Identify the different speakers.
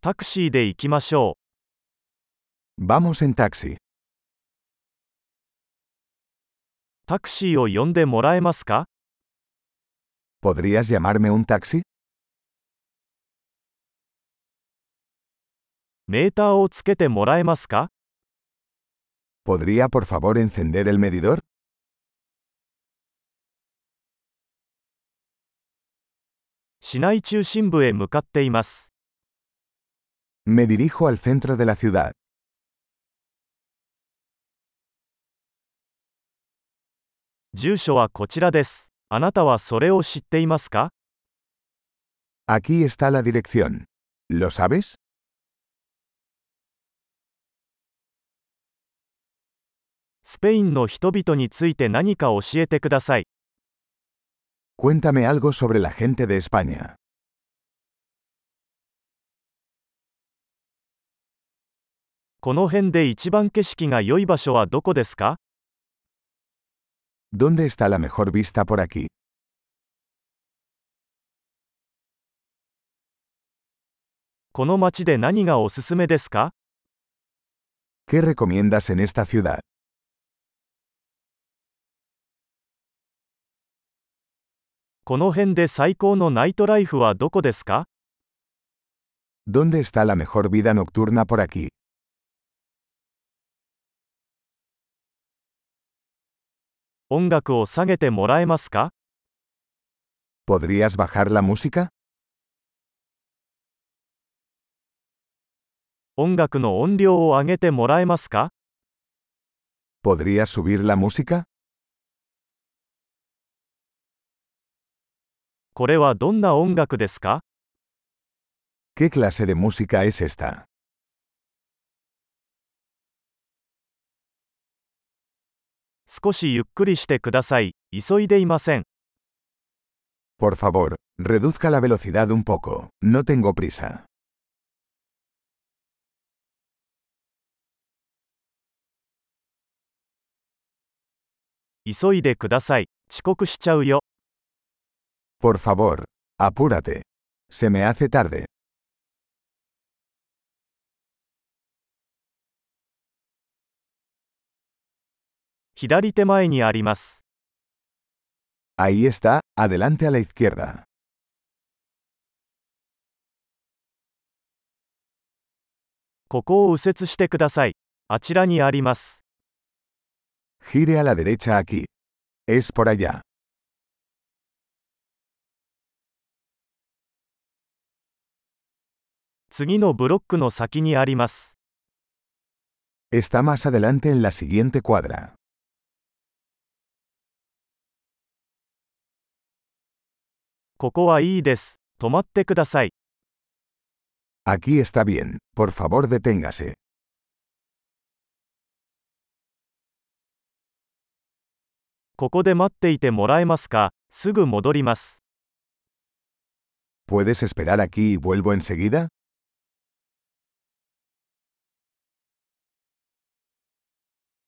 Speaker 1: タクシーで行きましょ
Speaker 2: Vamos en taxi.
Speaker 1: う。タクシーを呼んでもらえますか
Speaker 2: ¿Podrías llamarme un taxi?
Speaker 1: メーターをつけてもらえますか
Speaker 2: ¿Podría por favor encender el medidor?
Speaker 1: 市内中心部へ向かっています。
Speaker 2: Me dirijo al centro de la ciudad.
Speaker 1: 住所はこちらです。あなたはそれを知っていますか
Speaker 2: Aquí está la dirección. ¿Lo sabes?
Speaker 1: スペインの人々について何か教えてください。
Speaker 2: Cuéntame algo sobre la gente de España.
Speaker 1: この辺で一番景色が良い場所はどこですか
Speaker 2: ¿Dónde está la mejor vista por aquí?
Speaker 1: この街で何がおすすめですか
Speaker 2: ¿Qué recomiendas en esta ciudad?
Speaker 1: この辺で最高のナイトライフはどこですか
Speaker 2: ¿Dónde está la mejor vida nocturna por aquí?
Speaker 1: 音楽を下げてもらえますか
Speaker 2: ¿Podrías bajar la música?
Speaker 1: 音楽の音量を上げてもらえますか
Speaker 2: ¿Podrías subir la música?
Speaker 1: これはどんな音楽ですか
Speaker 2: ¿Qué clase de música es esta?
Speaker 1: 少しゆっくりしてください。急いでいません。
Speaker 2: Por favor, reduzca la velocidad un poco. No tengo prisa.
Speaker 1: 急いでください。遅刻しちゃうよ。
Speaker 2: Por favor, apúrate. Se me hace tarde.
Speaker 1: 左手前にあります。
Speaker 2: Ahí está, adelante a la izquierda.
Speaker 1: ここを右折してください。あちらにあります。
Speaker 2: Gire a la derecha aquí. Es por allá.
Speaker 1: 次のブロックの先にあります。
Speaker 2: Está más adelante en la siguiente cuadra.
Speaker 1: ここはいいです。止まってください。
Speaker 2: Aquí está bien. Por favor, deténgase.
Speaker 1: ここで待っていてもらえますかすぐ戻ります。
Speaker 2: ¿Puedes esperar aquí y vuelvo enseguida?